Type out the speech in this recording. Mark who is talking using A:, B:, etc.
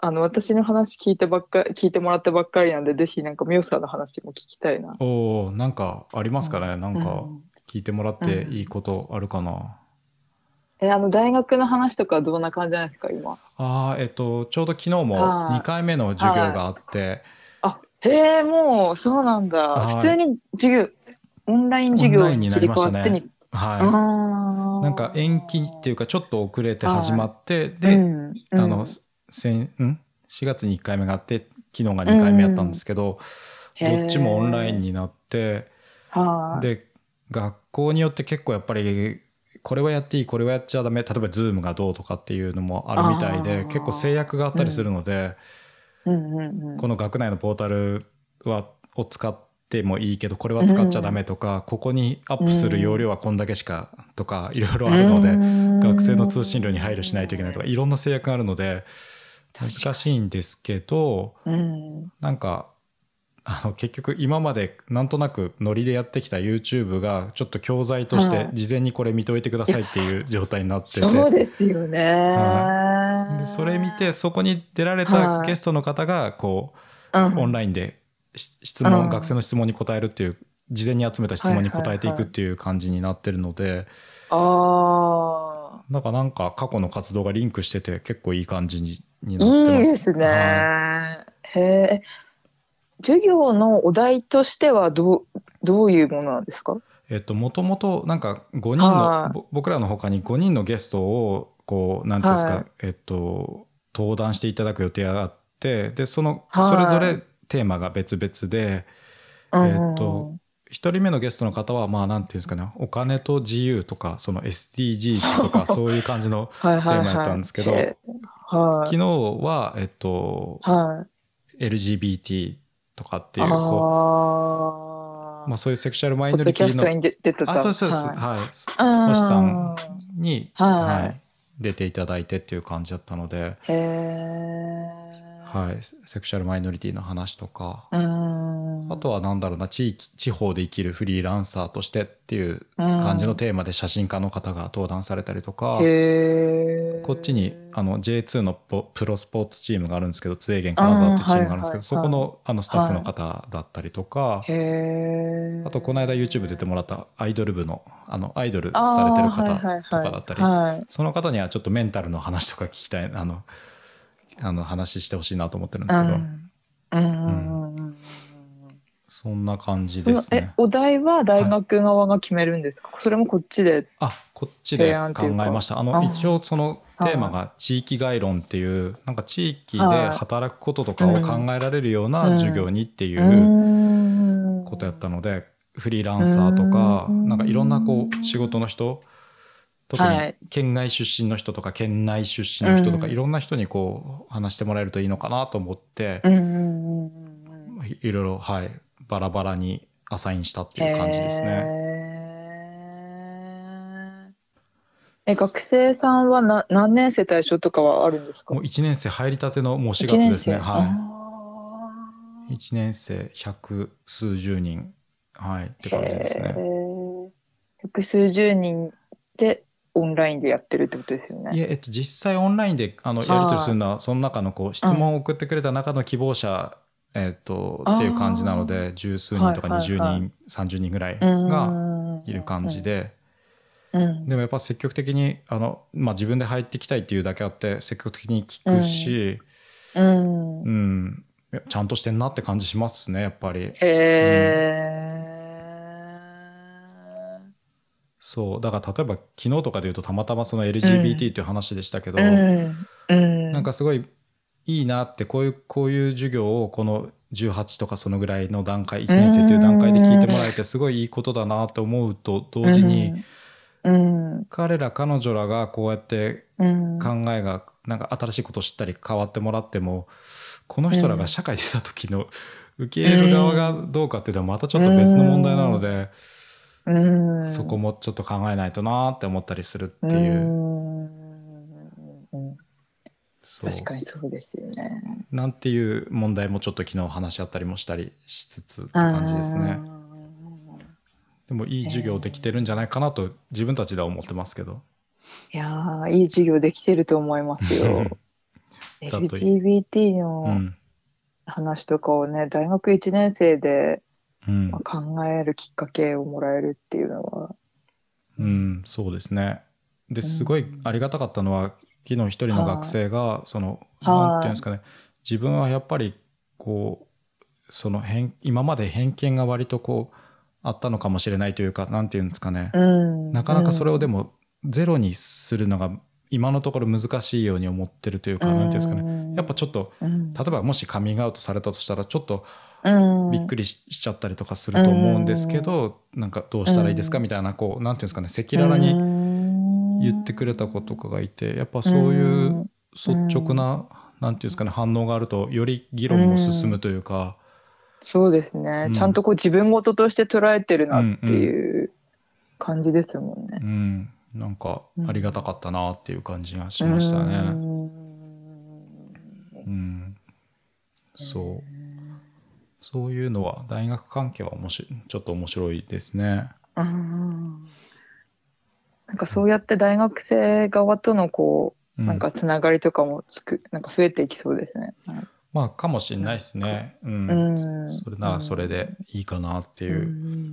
A: あの、私の話聞いてばっか、聞いてもらったばっかりなんで、ぜひなんかミオさんの話も聞きたいな。
B: おおなんかありますかね、なんか聞いてもらっていいことあるかな、
A: え、あの、大学の話とかはどんな感じなんですか、今。
B: ああえっとちょうど昨日も
A: あー
B: 2回目の授業があって
A: あ、へえ、もう、そうなんだ。
B: はい
A: 普通に授業、オンライン授業
B: オンラインになりましたね
A: 切り替わってに
B: はい、
A: あー
B: なんか延期っていうかちょっと遅れて始まってで、
A: うんうん
B: あの、先ん4月に1回目があって昨日が2回目やったんですけど、
A: へー
B: どっちもオンラインになって
A: はい
B: で学校によって結構やっぱりこれはやっていいこれはやっちゃダメ例えば Zoom がどうとかっていうのもあるみたい
A: あ
B: で
A: ー
B: 結構制約があったりするので、
A: うんうんうん
B: この学内のポータルはを使ってもいいけどこれは使っちゃダメとか、ここにアップする容量はこんだけしかとかいろいろあるので、学生の通信量に配慮しないといけないとかいろんな制約があるので難しいんですけど
A: うん
B: なんかあの結局今までなんとなくノリでやってきた YouTube がちょっと教材として
A: うん
B: 事前にこれ見といてくださいっていう状態になってて、
A: そうですよね、
B: でそれ見てそこに出られたゲストの方がこ
A: うん、
B: うオンラインでし質問、
A: うん
B: 学生の質問に答えるっていう事前に集めた質問に答えていくっていう感じになってるので、
A: あ
B: なんかなんか過去の活動がリンクしてて結構いい感じに
A: ー
B: になってます。
A: いいですね、
B: は
A: へえ授業のお題としてはどうどういうものなんですか
B: いえっともともとなんか5人
A: は
B: の
A: い
B: ぼ僕らの他に5人のゲストをこうなんていうんですか、
A: はい
B: えっと登壇していただく予定があってでその
A: はい
B: それぞれテーマが別々で、えっと一1人目のゲストの方はまあなんていうんですかねお金と自由とかその SDGs とかそういう感じの
A: テー
B: テーマやったんですけど
A: はいはい
B: 昨日はえっと
A: はい、
B: LGBT とかっていう
A: あ
B: こう
A: ー
B: まあ、そういうセクシャルマイ
A: ポ
B: ノ
A: ッ
B: リ
A: ド
B: テ
A: キャ
B: ィ
A: スト
B: の
A: に出出てた
B: あそうですそうです
A: はい
B: はい、
A: うん
B: 星さんに、
A: はい
B: 出ていただいてっていう感じだったので、
A: へえ。
B: はい、セクシャルマイノリティの話とか、
A: うーん。
B: あとはなんだろうな地域地方で生きるフリーランサーとしてっていう
A: うん
B: 感じのテーマで写真家の方が登壇されたりとか、
A: へえ。
B: こっちにあの J2 のポプロスポーツチームがあるんですけど津江源金沢っていうチームがあるんですけど、
A: うん
B: そこのあのスタッフの方だったりとか。
A: へえ。
B: あとこの間 YouTube 出てもらったアイドル部のあのアイドルされてる方
A: あーはいはいはい
B: とかだったり、
A: はい
B: その方にはちょっとメンタルの話とか聞きたいあのあの話してほしいなと思ってるんですけど、
A: うんうんうんうん
B: そんな感じ
A: そ
B: で
A: の
B: す
A: え
B: ね。
A: お題は大学側が決めるんですか、それもこっちで。
B: あこっちで
A: 提案って
B: 考
A: いうか
B: えましたあ
A: あ
B: の一応そのテーマが「地域概論」っていうなんか地域で働くこととかを考えられるよう
A: うん
B: な授業にっていうう
A: ーん
B: ことやったのでフリーランサーとか
A: うん
B: なんかいろんなこう仕事の人特
A: は
B: に
A: い
B: 県外出身の人とか県内出身の人とか
A: うん
B: いろんな人にこう話してもらえるといいのかなと思って
A: うんうんうんうんうん。
B: いいろいろはいバラバラにアサインしたっていう感じですね。
A: へー。え学生さんはな何年生対象とかはあるんですか
B: もう1年生入りたてのもう4
A: 一
B: 月
A: 年
B: ですね。
A: 生
B: はい
A: あー
B: 1年生百数十人はいって感じです
A: へ
B: ね。
A: ー複数十人でオンラインでやってるってことですよ
B: い
A: ね。
B: やえっと、実際オンラインであの
A: はい
B: やり取りするのはその中のこう質問を送ってくれた中の希望者、えっと、っていう感じなので十数人とか
A: はい
B: 20
A: はい
B: 人、
A: はい
B: 30人ぐらいが
A: が
B: いる感じ。で、
A: うんうん
B: でもやっぱ積極的にあの、まあ、自分で入ってきたいっていうだけあって積極的に聞くし、
A: うん
B: うんいやちゃんとしてんなって感じしますねやっぱり。
A: へえ。
B: そうだから例えば昨日とかで言うとたまたまその LGBT っていう話でしたけど、
A: うん
B: なんかすごいいいなってこういうこういう授業をこの18とかそのぐらいの段階1年生という段階で聞いてもらえてすごいいいことだなと思うと同時
A: う
B: に、
A: ん
B: 彼ら彼女らがこうやって
A: うん、
B: 考えがなんか新しいことを知ったり変わってもらってもこの人らが社会に出た時の 受け入れる側がどうかっていうのはまたちょっと別の問題なので
A: うん
B: そこもちょっと考えないとなって思ったりするって
A: う
B: いうん
A: うん
B: そう
A: 確かにそうですよね。
B: なんていう問題もちょっと昨日話し合ったりもしたりしつつって感じですね。
A: うん
B: でもいい授業できてるんじゃないかなと自分たちでは思ってますけど。
A: いやーいい授業できてると思いますよ。
B: だとい
A: LGBT
B: う
A: の
B: ん
A: 話とかをね、大学1年生で
B: うん
A: まあ考えるきっかけをもらえるっていうのは。
B: うん、そうですね。で
A: ん
B: すごいありがたかったのは昨日一人の学生がその
A: はい
B: なんていうんですかね自分はやっぱりこうその偏今まで偏見が割とこうあったのかもしれないというかなんていうんですかね、
A: うん、
B: なかなかそれをで
A: も、
B: もゼロにするのが今のところ難しいように思ってるというか、なんていうんですかね
A: ね
B: やっぱ、ちょっと
A: うん
B: 例えばもしカミングアウトされたとしたらちょっと
A: うん、
B: びっくりししちゃったりとかすると思うんですけど、なんかどうしたらいいですかみたいなこうなんていうんですかね赤裸々に
A: に
B: 言ってくれた子とかがいてやっぱそういう率直な、なんていうんですかね反応があるとより議論も進むというか、
A: そうですね、
B: うん
A: ちゃんとこう自分事として捉えてるなっていう感じですもんね
B: う。んなんかありがたかったなっていう感じがしました
A: う
B: ね。
A: ん
B: うんそうそういうのは大学関係は面白いちょっと面白いですね。
A: うんなんかそうやって大学生側とのこ
B: う
A: うなんかつながりとかもつくなんか増えていきそうですね。
B: まあかもしれないですね。う
A: うんん、
B: それならそれでいいかなって
A: て
B: いう。
A: う